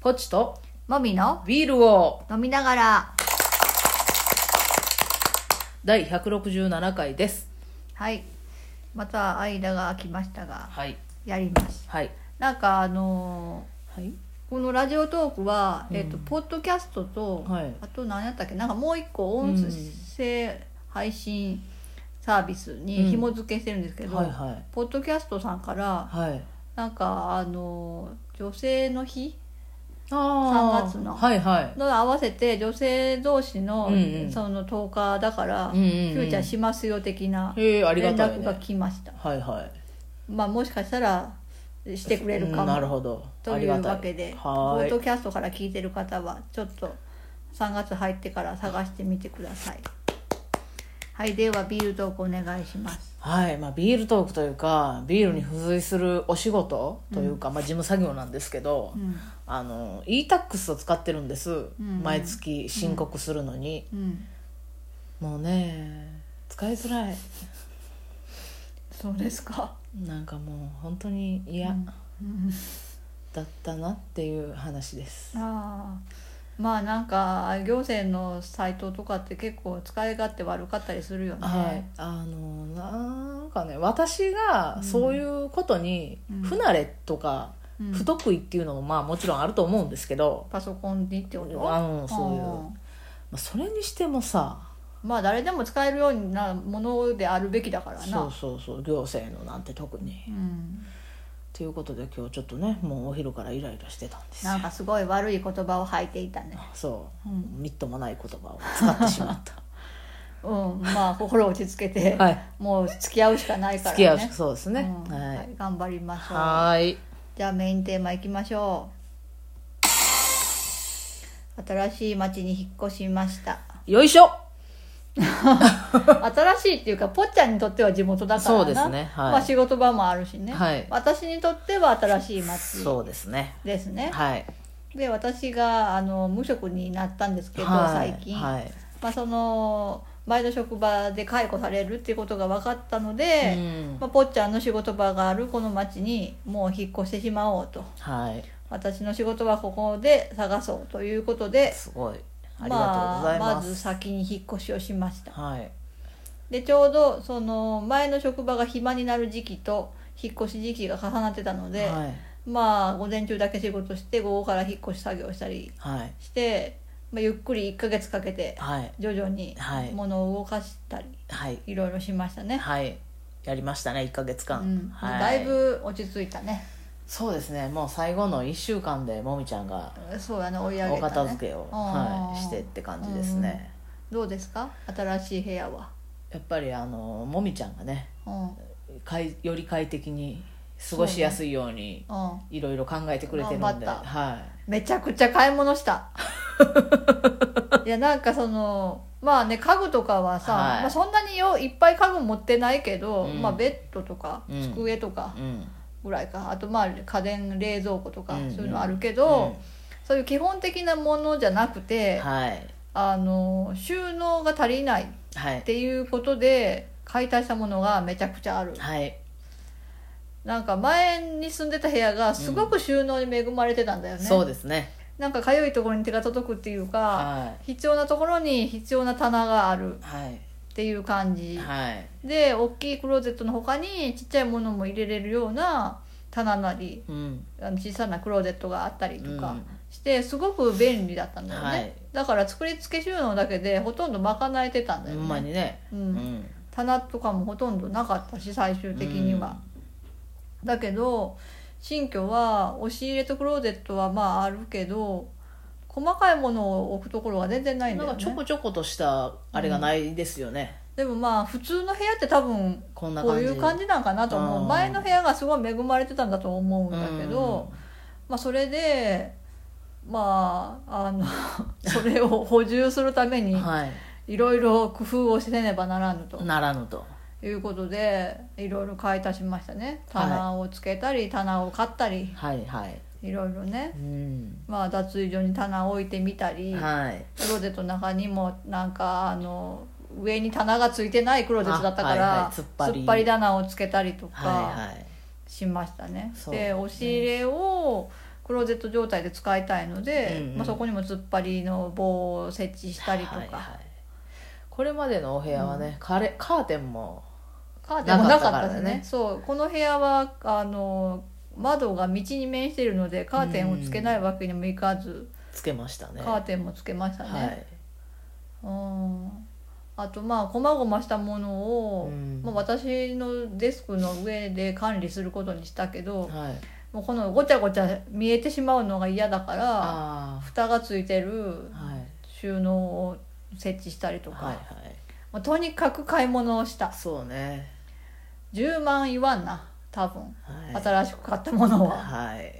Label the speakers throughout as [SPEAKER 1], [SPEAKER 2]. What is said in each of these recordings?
[SPEAKER 1] コチと
[SPEAKER 2] もみの
[SPEAKER 1] ビールを
[SPEAKER 2] 飲みながら。
[SPEAKER 1] 第167回です
[SPEAKER 2] はい。また間が空きましたが、
[SPEAKER 1] はい
[SPEAKER 2] やります。
[SPEAKER 1] はい
[SPEAKER 2] なんかあの
[SPEAKER 1] はい
[SPEAKER 2] ーこのラジオトークは、
[SPEAKER 1] うん
[SPEAKER 2] えっと、ポッドキャストと、
[SPEAKER 1] はい
[SPEAKER 2] あと何やったっけなんかもう一個音声配信サービス
[SPEAKER 1] うん
[SPEAKER 2] に紐付けしてるんですけど、
[SPEAKER 1] はいはい
[SPEAKER 2] ポッドキャストさんから、
[SPEAKER 1] はい
[SPEAKER 2] なんかあのー女性の日
[SPEAKER 1] あー
[SPEAKER 2] 三月の
[SPEAKER 1] はいはい
[SPEAKER 2] の合わせて女性同士の,、
[SPEAKER 1] うんうん
[SPEAKER 2] その10日だから、
[SPEAKER 1] うんうん
[SPEAKER 2] フュ
[SPEAKER 1] うん
[SPEAKER 2] ーチャーしますよ的な
[SPEAKER 1] えー、ありが
[SPEAKER 2] 連
[SPEAKER 1] たい
[SPEAKER 2] 絡
[SPEAKER 1] ね
[SPEAKER 2] が来ました、
[SPEAKER 1] はいはい
[SPEAKER 2] まあもしかしたらしてくれるか
[SPEAKER 1] うんなる
[SPEAKER 2] も
[SPEAKER 1] ほど
[SPEAKER 2] というわけでポ
[SPEAKER 1] あ
[SPEAKER 2] ッ
[SPEAKER 1] りがたいは
[SPEAKER 2] ドキャストから聞いてる方はちょっと3月入ってから探してみてくださいはいではビールトークお願いします
[SPEAKER 1] ーいはい、まあ、ビールトークというかビールに付随するお仕事というか、まあ、事務作業なんですけど、
[SPEAKER 2] うん
[SPEAKER 1] あの e-tax を使ってるんです、
[SPEAKER 2] ん
[SPEAKER 1] 毎月申告するのに、
[SPEAKER 2] うん
[SPEAKER 1] もうね使いづらい
[SPEAKER 2] そうですか、
[SPEAKER 1] なんかもう本当に嫌、
[SPEAKER 2] うん、
[SPEAKER 1] だったなっていう話です、
[SPEAKER 2] あーまあなんか行政のサイトとかって結構使い勝手悪かったりするよね、
[SPEAKER 1] はいあのなんかね私がそういうことに
[SPEAKER 2] うん
[SPEAKER 1] 不慣れとか
[SPEAKER 2] うん
[SPEAKER 1] 不得意っていうのもまあもちろんあると思うんですけど、
[SPEAKER 2] パソコンにってこと
[SPEAKER 1] あのそういう
[SPEAKER 2] あ
[SPEAKER 1] まあそれにしてもさ
[SPEAKER 2] ーまあ誰でも使えるようなものであるべきだからな
[SPEAKER 1] そうそうそう行政のなんて特に。
[SPEAKER 2] うん、
[SPEAKER 1] ということで今日ちょっとねもうお昼からイライラしてたんですよ
[SPEAKER 2] なんかすごい悪い言葉を吐いていたね
[SPEAKER 1] そう、
[SPEAKER 2] うん
[SPEAKER 1] みっともない言葉を使ってしま っ
[SPEAKER 2] うんまあ心を落ち着けて、
[SPEAKER 1] た はい
[SPEAKER 2] もう付き合うしかないから
[SPEAKER 1] 付
[SPEAKER 2] ね
[SPEAKER 1] き合うしそうですね、
[SPEAKER 2] うん
[SPEAKER 1] は
[SPEAKER 2] はいい、頑張りましょう
[SPEAKER 1] はーい
[SPEAKER 2] じゃあメインテーマいきましょう新しい町に引っ越しました
[SPEAKER 1] よいしょ
[SPEAKER 2] 新しいっていうかぽっちゃんにとっては地元だからな
[SPEAKER 1] そうですねはい
[SPEAKER 2] まあ、仕事場もあるしね、
[SPEAKER 1] はい
[SPEAKER 2] 私にとっては新しい町
[SPEAKER 1] そうですね
[SPEAKER 2] ですね
[SPEAKER 1] はい
[SPEAKER 2] で私があの無職になったんですけど、
[SPEAKER 1] はい
[SPEAKER 2] 最近、
[SPEAKER 1] はい
[SPEAKER 2] まあ、その前の職場で解雇されるっていうことが分かったので、
[SPEAKER 1] うん
[SPEAKER 2] まあ、ぽっちゃんの仕事場があるこの町にもう引っ越してしまおうと
[SPEAKER 1] はい
[SPEAKER 2] 私の仕事はここで探そうということです
[SPEAKER 1] ごいありがとうござい
[SPEAKER 2] まあ、
[SPEAKER 1] ま、
[SPEAKER 2] ますず先に引っ越しをしました
[SPEAKER 1] はい
[SPEAKER 2] でちょうどその前の職場が暇になる時期と引っ越し時期が重なってたので、
[SPEAKER 1] はい
[SPEAKER 2] まあ午前中だけ仕事して午後から引っ越し作業したり
[SPEAKER 1] はい
[SPEAKER 2] して、まあ、ゆっくり1ヶ月かけて
[SPEAKER 1] はい
[SPEAKER 2] 徐々に
[SPEAKER 1] はい
[SPEAKER 2] 物を動かしたり、
[SPEAKER 1] はい
[SPEAKER 2] いろいろしましたね、
[SPEAKER 1] はいやりましたね1か月間、
[SPEAKER 2] うん
[SPEAKER 1] はい、
[SPEAKER 2] だいぶ落ち着いたね
[SPEAKER 1] そうですねもう最後の1週間でもみちゃんが
[SPEAKER 2] そうやね追い上げた、
[SPEAKER 1] お
[SPEAKER 2] ね、
[SPEAKER 1] 片付けを、
[SPEAKER 2] あー
[SPEAKER 1] はい、してって感じですね、
[SPEAKER 2] どうですか新しい部屋は、
[SPEAKER 1] やっぱりあのもみちゃんがね
[SPEAKER 2] うんうん、
[SPEAKER 1] かいより快適に過ごしやすいようにいろいろ考えてくれてるんで、
[SPEAKER 2] 頑張った
[SPEAKER 1] は
[SPEAKER 2] めちゃくちゃ買い物した いやなんかそのまあね家具とかはさ、
[SPEAKER 1] はい
[SPEAKER 2] まあ、そんなによいっぱい家具持ってないけど、
[SPEAKER 1] うん
[SPEAKER 2] まあ、ベッドとか
[SPEAKER 1] うん
[SPEAKER 2] 机とか
[SPEAKER 1] い、うん、
[SPEAKER 2] ぐらいか、あとまあ家電冷蔵庫とか
[SPEAKER 1] うん
[SPEAKER 2] そういうのあるけど、そういう基本的なものじゃなく
[SPEAKER 1] う
[SPEAKER 2] て、
[SPEAKER 1] んはい
[SPEAKER 2] あの収納が足りないっ
[SPEAKER 1] はい
[SPEAKER 2] ていうことで解体したものがめちゃくちゃある
[SPEAKER 1] はい
[SPEAKER 2] なんか前に住んでた部屋がすごく収納に恵まれてたんだよね、
[SPEAKER 1] そうですね
[SPEAKER 2] なんかかゆいところに手が届くっていうか、
[SPEAKER 1] は
[SPEAKER 2] 必要なところに必要な棚があるっ
[SPEAKER 1] いはい
[SPEAKER 2] ていう感じ、
[SPEAKER 1] はい
[SPEAKER 2] で大きいクローゼットの他にちっちゃいものも入れれるような棚なり
[SPEAKER 1] うん
[SPEAKER 2] あの小さなクローゼットがあったりと
[SPEAKER 1] う
[SPEAKER 2] か
[SPEAKER 1] ん
[SPEAKER 2] して、すごく便利だったんだよね、
[SPEAKER 1] はい
[SPEAKER 2] だから作り付け収納だけでほとんど賄えてたんだ
[SPEAKER 1] ほ
[SPEAKER 2] よ
[SPEAKER 1] んま
[SPEAKER 2] ね、
[SPEAKER 1] にね
[SPEAKER 2] う
[SPEAKER 1] うんん
[SPEAKER 2] 棚とかもほとんどなかったし最終的には、だけど新居は押し入れとクローゼットはまああるけど細かいものを置くところが全然な
[SPEAKER 1] ない
[SPEAKER 2] ん
[SPEAKER 1] ん
[SPEAKER 2] だよ
[SPEAKER 1] か
[SPEAKER 2] ね
[SPEAKER 1] ちょこちょことしたあれがないですよね、
[SPEAKER 2] でもまあ普通の部屋って多分
[SPEAKER 1] こんな
[SPEAKER 2] こ
[SPEAKER 1] 感
[SPEAKER 2] う
[SPEAKER 1] じ
[SPEAKER 2] いう感じなんかなと思
[SPEAKER 1] う
[SPEAKER 2] うん前の部屋がすごい恵まれてたんだと思うんだけど、まあ、それでまああ のそれを補充するため
[SPEAKER 1] う
[SPEAKER 2] に
[SPEAKER 1] んはい
[SPEAKER 2] いろいろ工夫をせねばならぬと
[SPEAKER 1] ならぬと
[SPEAKER 2] いうことでいろいろ買い足しましたね
[SPEAKER 1] はい
[SPEAKER 2] 棚をつけたり棚を買ったり
[SPEAKER 1] はいはい
[SPEAKER 2] いろいろね
[SPEAKER 1] うん
[SPEAKER 2] まあ脱衣所に棚を置いてみたり
[SPEAKER 1] はい
[SPEAKER 2] クローゼットの中にもなんかあの上に棚がついてないクローゼットだった
[SPEAKER 1] あ
[SPEAKER 2] から、
[SPEAKER 1] はいはい突っ張り
[SPEAKER 2] 棚をつけたりと
[SPEAKER 1] はい
[SPEAKER 2] か
[SPEAKER 1] はい
[SPEAKER 2] しましたね、
[SPEAKER 1] そうね
[SPEAKER 2] で押し入れをクローゼット状態で使いたいので、
[SPEAKER 1] うんうん
[SPEAKER 2] まあ、そこにも突っ張りの棒を設置したりとか、
[SPEAKER 1] はいはいこれまでのお部屋はね、カレカーテンも
[SPEAKER 2] カーテンもなかった
[SPEAKER 1] な
[SPEAKER 2] で
[SPEAKER 1] かったか
[SPEAKER 2] す
[SPEAKER 1] ら
[SPEAKER 2] ね
[SPEAKER 1] ね
[SPEAKER 2] そうこの部屋はあの窓が道に面しているのでカーテンをつけないわけにもいかず、
[SPEAKER 1] つけましたね
[SPEAKER 2] カーテンもつけましたね、
[SPEAKER 1] はい
[SPEAKER 2] うんあとまあ細々したものを、
[SPEAKER 1] うん
[SPEAKER 2] まあ、私のデスクの上で管理することにしたけど
[SPEAKER 1] はい、
[SPEAKER 2] もうこのごちゃごちゃ見えてしまうのが嫌だから
[SPEAKER 1] あ
[SPEAKER 2] 蓋がついてる
[SPEAKER 1] あはい
[SPEAKER 2] 収納を設置したりとか、
[SPEAKER 1] はいはい
[SPEAKER 2] もうとにかく買い物をした
[SPEAKER 1] そうね
[SPEAKER 2] 10万言わんな多分、
[SPEAKER 1] はい
[SPEAKER 2] 新しく買ったものは。
[SPEAKER 1] はい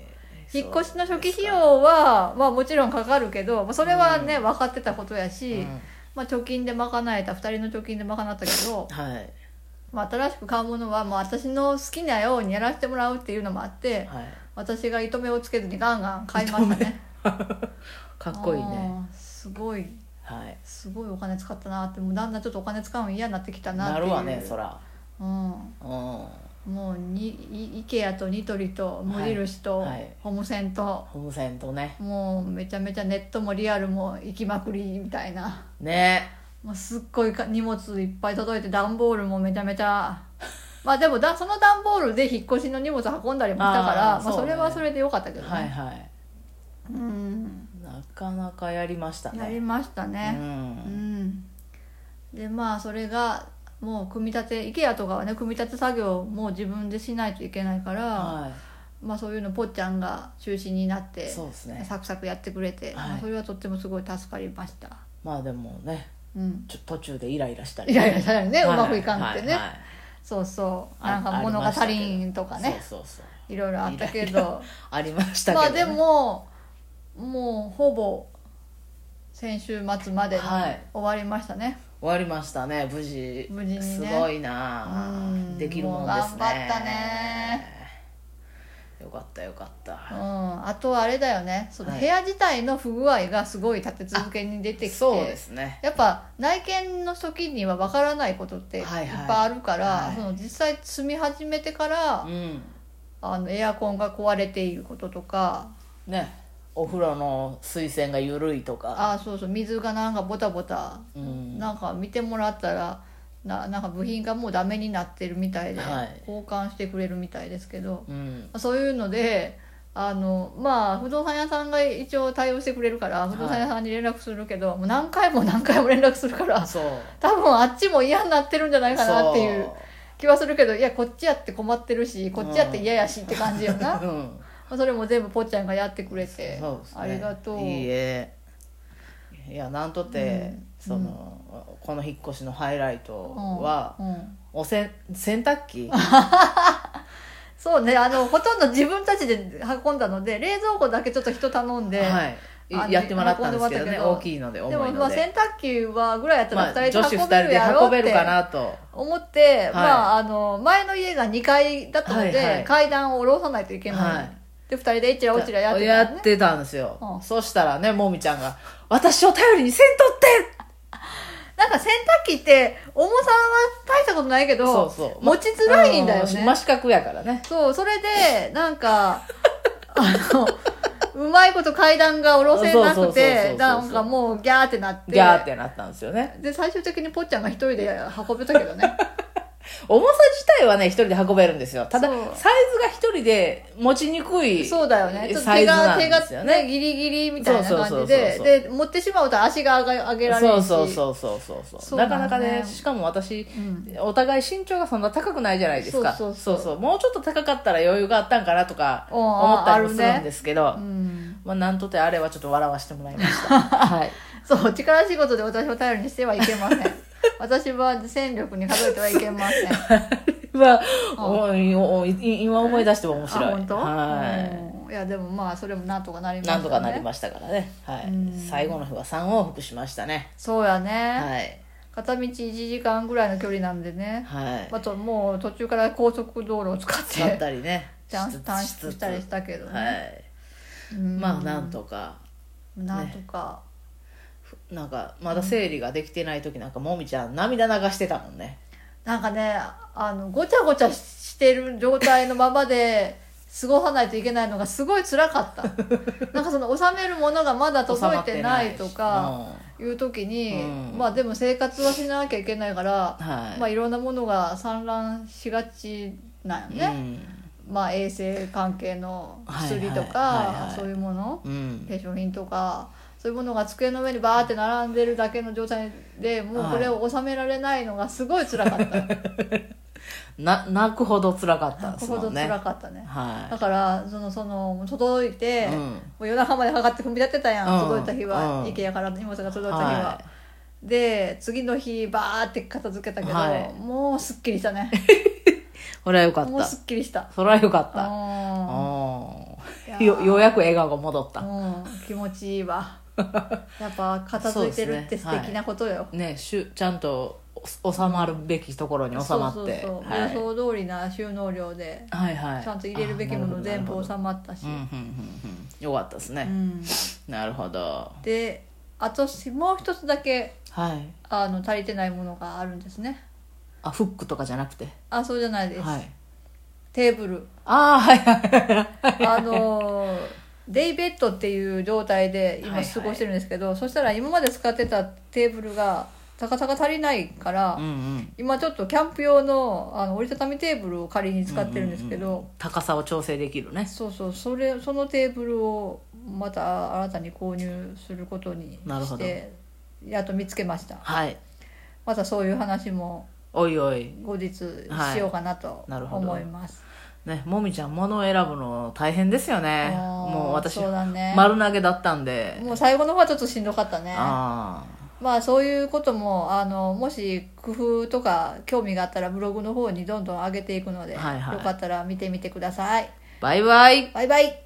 [SPEAKER 2] 引っ越しの初期費
[SPEAKER 1] を
[SPEAKER 2] 用は、まあ、もちろんかかるけどまあそれはね、分かってたことやし、まあ、貯金で賄えた2人の貯金で賄ったけど、
[SPEAKER 1] はい
[SPEAKER 2] まあ、新しく買うものは、まあ、私の好きなようにやらせてもらうっていうのもあって
[SPEAKER 1] はい
[SPEAKER 2] 私が糸目をつけずにガンガン買いましたね
[SPEAKER 1] かっこいいね
[SPEAKER 2] あーすごい
[SPEAKER 1] はい
[SPEAKER 2] すごいお金使ったなってもうだんだんちょっとお金使うの嫌になってきたなって
[SPEAKER 1] な
[SPEAKER 2] いう
[SPEAKER 1] るわねそら
[SPEAKER 2] うん、
[SPEAKER 1] うん
[SPEAKER 2] もうにい IKEA とニトリと無印と、
[SPEAKER 1] はいはい
[SPEAKER 2] ホームセンと
[SPEAKER 1] ホームセントね
[SPEAKER 2] もうめちゃめちゃネットもリアルも行きまくりみたいな
[SPEAKER 1] ね
[SPEAKER 2] もうすっごいか荷物いっぱい届いて段ボールもめちゃめちゃまあでもだその段ボールで引っ越しの荷物運んだりもしたか
[SPEAKER 1] あー
[SPEAKER 2] らまあ、
[SPEAKER 1] そう
[SPEAKER 2] そ
[SPEAKER 1] ね
[SPEAKER 2] れはそれでよかったけどね、
[SPEAKER 1] はいはい
[SPEAKER 2] うん
[SPEAKER 1] なかなかやりました
[SPEAKER 2] やり
[SPEAKER 1] ね
[SPEAKER 2] ました
[SPEAKER 1] う
[SPEAKER 2] ねうん、
[SPEAKER 1] ん
[SPEAKER 2] でまあそれがもう組み立て IKEA とかはね組み立て作業も自分でしないといけないから、
[SPEAKER 1] は
[SPEAKER 2] まあそういうのぽっちゃんが中心になっ
[SPEAKER 1] い
[SPEAKER 2] て
[SPEAKER 1] そうですね
[SPEAKER 2] サクサクやってくれて、
[SPEAKER 1] はい
[SPEAKER 2] まあそれはとってもすごい助かりました
[SPEAKER 1] まあでもね
[SPEAKER 2] うん
[SPEAKER 1] ちょ途中でイライラしたり
[SPEAKER 2] イライラしたりね、
[SPEAKER 1] は
[SPEAKER 2] うまくいかんくてね、
[SPEAKER 1] はいはい
[SPEAKER 2] そうそう
[SPEAKER 1] あ
[SPEAKER 2] なんか物が足りんとかね
[SPEAKER 1] そうそうそう
[SPEAKER 2] いろいろあったけ
[SPEAKER 1] い
[SPEAKER 2] ど
[SPEAKER 1] ろいろありましたけ
[SPEAKER 2] ま
[SPEAKER 1] ど
[SPEAKER 2] あ
[SPEAKER 1] ね
[SPEAKER 2] でももうほぼ先週末までに
[SPEAKER 1] はい
[SPEAKER 2] 終わりましたね、
[SPEAKER 1] 終わりましたね無事
[SPEAKER 2] 無事にね
[SPEAKER 1] すごいなあ
[SPEAKER 2] うん
[SPEAKER 1] できるもんですね
[SPEAKER 2] もう頑張ったね
[SPEAKER 1] よかったよかった、
[SPEAKER 2] うん、あとあれだよねその
[SPEAKER 1] はい
[SPEAKER 2] 部屋自体の不具合がすごい立て続けに出てきて
[SPEAKER 1] そうですね
[SPEAKER 2] やっぱ内見の時にはわからないことっていっぱ
[SPEAKER 1] はいいはい
[SPEAKER 2] あるから、
[SPEAKER 1] はい
[SPEAKER 2] その実際住み始めてから、
[SPEAKER 1] うん
[SPEAKER 2] あのエアコンが壊れていることとか
[SPEAKER 1] ねお風呂の水栓が緩いとか
[SPEAKER 2] ああそうそう水がなんかボタボタ
[SPEAKER 1] うん
[SPEAKER 2] なんか見てもらったらななんか部品がもうダメになってるみたいで、
[SPEAKER 1] はい
[SPEAKER 2] 交換してくれるみたいですけど
[SPEAKER 1] うん
[SPEAKER 2] そういうのであのまあ不動産屋さんが一応対応してくれるから不動産屋さんに連絡するけど、もう何回も 何回も連絡するから
[SPEAKER 1] そう
[SPEAKER 2] 多分あっちも嫌になってるんじゃないかなっていう気はするけどいやこっちやって困ってるしこっちやって嫌やしって感じよな、
[SPEAKER 1] そううん
[SPEAKER 2] まあそれも全部ぽっちゃんがやってくれて、
[SPEAKER 1] そうですね
[SPEAKER 2] ありがとう。
[SPEAKER 1] いいえいやなんとて、
[SPEAKER 2] うん
[SPEAKER 1] その、この引っ越しのハイライトは、
[SPEAKER 2] うんうん
[SPEAKER 1] おせん洗濯 機
[SPEAKER 2] そうね、あの、ほとんど自分たちで運んだので、冷蔵庫だけちょっと人頼んで、
[SPEAKER 1] はい
[SPEAKER 2] あの
[SPEAKER 1] やってもらったんですけどね
[SPEAKER 2] 運んでもらったけど
[SPEAKER 1] 大きいので重い
[SPEAKER 2] で
[SPEAKER 1] の
[SPEAKER 2] も
[SPEAKER 1] で
[SPEAKER 2] まあ洗濯機はぐらいやった
[SPEAKER 1] ま
[SPEAKER 2] ら
[SPEAKER 1] あ
[SPEAKER 2] 2人
[SPEAKER 1] 女子
[SPEAKER 2] で
[SPEAKER 1] 2
[SPEAKER 2] 運べるや
[SPEAKER 1] 人で
[SPEAKER 2] ろ
[SPEAKER 1] 運
[SPEAKER 2] うっ
[SPEAKER 1] べる
[SPEAKER 2] て
[SPEAKER 1] かなと
[SPEAKER 2] 思って、
[SPEAKER 1] い
[SPEAKER 2] まああの、前の家が2階だったので、
[SPEAKER 1] はいはい
[SPEAKER 2] 階段を下ろさないといけない。
[SPEAKER 1] はい
[SPEAKER 2] で、2人でえちらおちらやって
[SPEAKER 1] やっ
[SPEAKER 2] たのね。
[SPEAKER 1] てたんですよ、
[SPEAKER 2] うん
[SPEAKER 1] そしたらねもみちゃんが「私を頼りにせんとって!
[SPEAKER 2] なんか洗濯機って重さは大したことないけ」ど、
[SPEAKER 1] そうそう
[SPEAKER 2] 持ちづらいんだよ
[SPEAKER 1] う
[SPEAKER 2] ね。
[SPEAKER 1] 真四角やからね
[SPEAKER 2] そう、それで、なんか、あの、うまいこと階段が下ろせな
[SPEAKER 1] そうそうそう
[SPEAKER 2] く
[SPEAKER 1] そうそ
[SPEAKER 2] て
[SPEAKER 1] う、
[SPEAKER 2] なんかもうギャーってなって。
[SPEAKER 1] ギャーってなったんですよね
[SPEAKER 2] で、最終的にぽっちゃんが一人で運べたけど ね。
[SPEAKER 1] 重さ自体はね一人で運べるんですよただサ
[SPEAKER 2] そ
[SPEAKER 1] イ
[SPEAKER 2] う
[SPEAKER 1] ズが一人で持ちにくい
[SPEAKER 2] そうだよね。ちょっと
[SPEAKER 1] サイ
[SPEAKER 2] 手
[SPEAKER 1] ズな
[SPEAKER 2] が、
[SPEAKER 1] ん
[SPEAKER 2] 手
[SPEAKER 1] で
[SPEAKER 2] が、
[SPEAKER 1] すよね
[SPEAKER 2] ね、ギリギリみたいな
[SPEAKER 1] そうそ
[SPEAKER 2] 感じ
[SPEAKER 1] うそう
[SPEAKER 2] で
[SPEAKER 1] そ、う
[SPEAKER 2] で、持ってしまうと足が上が上げられるし。
[SPEAKER 1] そうそうそうそうそう
[SPEAKER 2] そ
[SPEAKER 1] そうう
[SPEAKER 2] な
[SPEAKER 1] な
[SPEAKER 2] のね
[SPEAKER 1] かなかねしかも私、
[SPEAKER 2] ん
[SPEAKER 1] お互い身長がそんな高くないじゃないですか
[SPEAKER 2] そうそうそう
[SPEAKER 1] もうちょっと高かったら余裕があったんかなと か
[SPEAKER 2] うん
[SPEAKER 1] 思ったりもす
[SPEAKER 2] あある
[SPEAKER 1] る
[SPEAKER 2] ね
[SPEAKER 1] んですけど、
[SPEAKER 2] うん。
[SPEAKER 1] まあ、なんとてあれはちょっと笑わせてもらいました、 はい、
[SPEAKER 2] そう、力仕事で私を頼りにしてはいけません。私は戦力に数えてはいけ ません。
[SPEAKER 1] まあ、おいおいい今思い出しても面白
[SPEAKER 2] あ
[SPEAKER 1] い
[SPEAKER 2] 本当
[SPEAKER 1] は
[SPEAKER 2] うんいやでもまあそれもなんとかなり
[SPEAKER 1] い
[SPEAKER 2] ました
[SPEAKER 1] なんとかなり
[SPEAKER 2] ね
[SPEAKER 1] ましたからね、は
[SPEAKER 2] うん
[SPEAKER 1] い、最後の日は3往復しましたね
[SPEAKER 2] そうやね、
[SPEAKER 1] はい
[SPEAKER 2] 片道1時間ぐらいの距離なんでね、
[SPEAKER 1] はい
[SPEAKER 2] あともう途中から高速道路を使って
[SPEAKER 1] 使ったりね
[SPEAKER 2] ちゃん
[SPEAKER 1] しつつ
[SPEAKER 2] 短縮したりしたけどね、
[SPEAKER 1] はい
[SPEAKER 2] うん
[SPEAKER 1] まあなんとか
[SPEAKER 2] なんとか、
[SPEAKER 1] なんかまだ整理ができてない時なんかもみちゃん涙流してたもんね
[SPEAKER 2] なんかねあのごちゃごちゃしてる状態のままで過ごさないといけないのがすごい辛かった なんかその納めるものがまだ届いてないとかいう時に、
[SPEAKER 1] うん
[SPEAKER 2] まあでも生活はしなきゃいけないから、
[SPEAKER 1] はい、
[SPEAKER 2] まあいろんなものが散乱しがちなんよね、まあ衛生関係の薬とか、
[SPEAKER 1] はいはいはいはい
[SPEAKER 2] そういうもの
[SPEAKER 1] うん、うん
[SPEAKER 2] 化粧品とかそういうものが机の上にバーって並んでるだけの状態でもうこれを収められないのがすごい 辛かった、
[SPEAKER 1] な泣くほど辛かったです
[SPEAKER 2] ここ
[SPEAKER 1] も
[SPEAKER 2] ほど
[SPEAKER 1] んね
[SPEAKER 2] 辛かったね
[SPEAKER 1] は
[SPEAKER 2] だからそのその届い
[SPEAKER 1] い、
[SPEAKER 2] て、
[SPEAKER 1] う
[SPEAKER 2] も
[SPEAKER 1] ん
[SPEAKER 2] う夜中までかかって組み立てたやん、
[SPEAKER 1] うん
[SPEAKER 2] 届いた日は、
[SPEAKER 1] うん
[SPEAKER 2] IKEA から荷物が届いた日は、
[SPEAKER 1] は
[SPEAKER 2] で次の日バーって片付けたけど、
[SPEAKER 1] はい
[SPEAKER 2] もうすっきりしたね
[SPEAKER 1] い、それはよかっ
[SPEAKER 2] もう
[SPEAKER 1] た
[SPEAKER 2] すっきりした
[SPEAKER 1] それはよかった
[SPEAKER 2] う
[SPEAKER 1] うん
[SPEAKER 2] いや
[SPEAKER 1] よようやく笑顔が戻っ
[SPEAKER 2] ん
[SPEAKER 1] た、
[SPEAKER 2] うん気持ちいいわやっぱ片付いてるって素敵なことよ、
[SPEAKER 1] ねしゅちゃんとお収まるべきところに収まって
[SPEAKER 2] そうそうそう、
[SPEAKER 1] はい
[SPEAKER 2] 予想通りな収納量で
[SPEAKER 1] はいはい
[SPEAKER 2] ちゃんと入れるべきもの全部収
[SPEAKER 1] ま
[SPEAKER 2] まったし、
[SPEAKER 1] うんうんうんうんよかったです
[SPEAKER 2] う
[SPEAKER 1] ね、
[SPEAKER 2] ん
[SPEAKER 1] なるほど
[SPEAKER 2] であとしもう一つだけ
[SPEAKER 1] はい
[SPEAKER 2] あの足りてないものがあるんですね
[SPEAKER 1] あフックとかじゃなくて
[SPEAKER 2] あそうじゃないです、
[SPEAKER 1] はい
[SPEAKER 2] テー ブル
[SPEAKER 1] ああはいはいはい
[SPEAKER 2] あのデイベッドっていう状態で
[SPEAKER 1] はい
[SPEAKER 2] 今
[SPEAKER 1] はい
[SPEAKER 2] 過ごしてるんですけど、そしたら今まで使ってたテーブルがたかたか足りないから、
[SPEAKER 1] うんうん
[SPEAKER 2] 今ちょっとキャンプ用のあの折りたたみテーブルを仮に使ってるんですけど、
[SPEAKER 1] 高さを調整できるね
[SPEAKER 2] そうそうそれそのテーブルをまた新たに購入することに
[SPEAKER 1] なるほ
[SPEAKER 2] し
[SPEAKER 1] ど
[SPEAKER 2] てやっと見つけました
[SPEAKER 1] はい
[SPEAKER 2] またそういう話も
[SPEAKER 1] おいおい
[SPEAKER 2] 後日しようかなと
[SPEAKER 1] なるほど
[SPEAKER 2] 思います、
[SPEAKER 1] ねもみちゃん物を選ぶの大変ですよね
[SPEAKER 2] あー
[SPEAKER 1] もう私
[SPEAKER 2] そうだね
[SPEAKER 1] 丸投げだったんで
[SPEAKER 2] もう最後の方はちょっとしんどかったね
[SPEAKER 1] ああ
[SPEAKER 2] まあそういうこともあのもし工夫とか興味があったらブログの方にどんどん上げていくので、
[SPEAKER 1] はいはい
[SPEAKER 2] よかったら見てみてください
[SPEAKER 1] バイバイ
[SPEAKER 2] バイバイ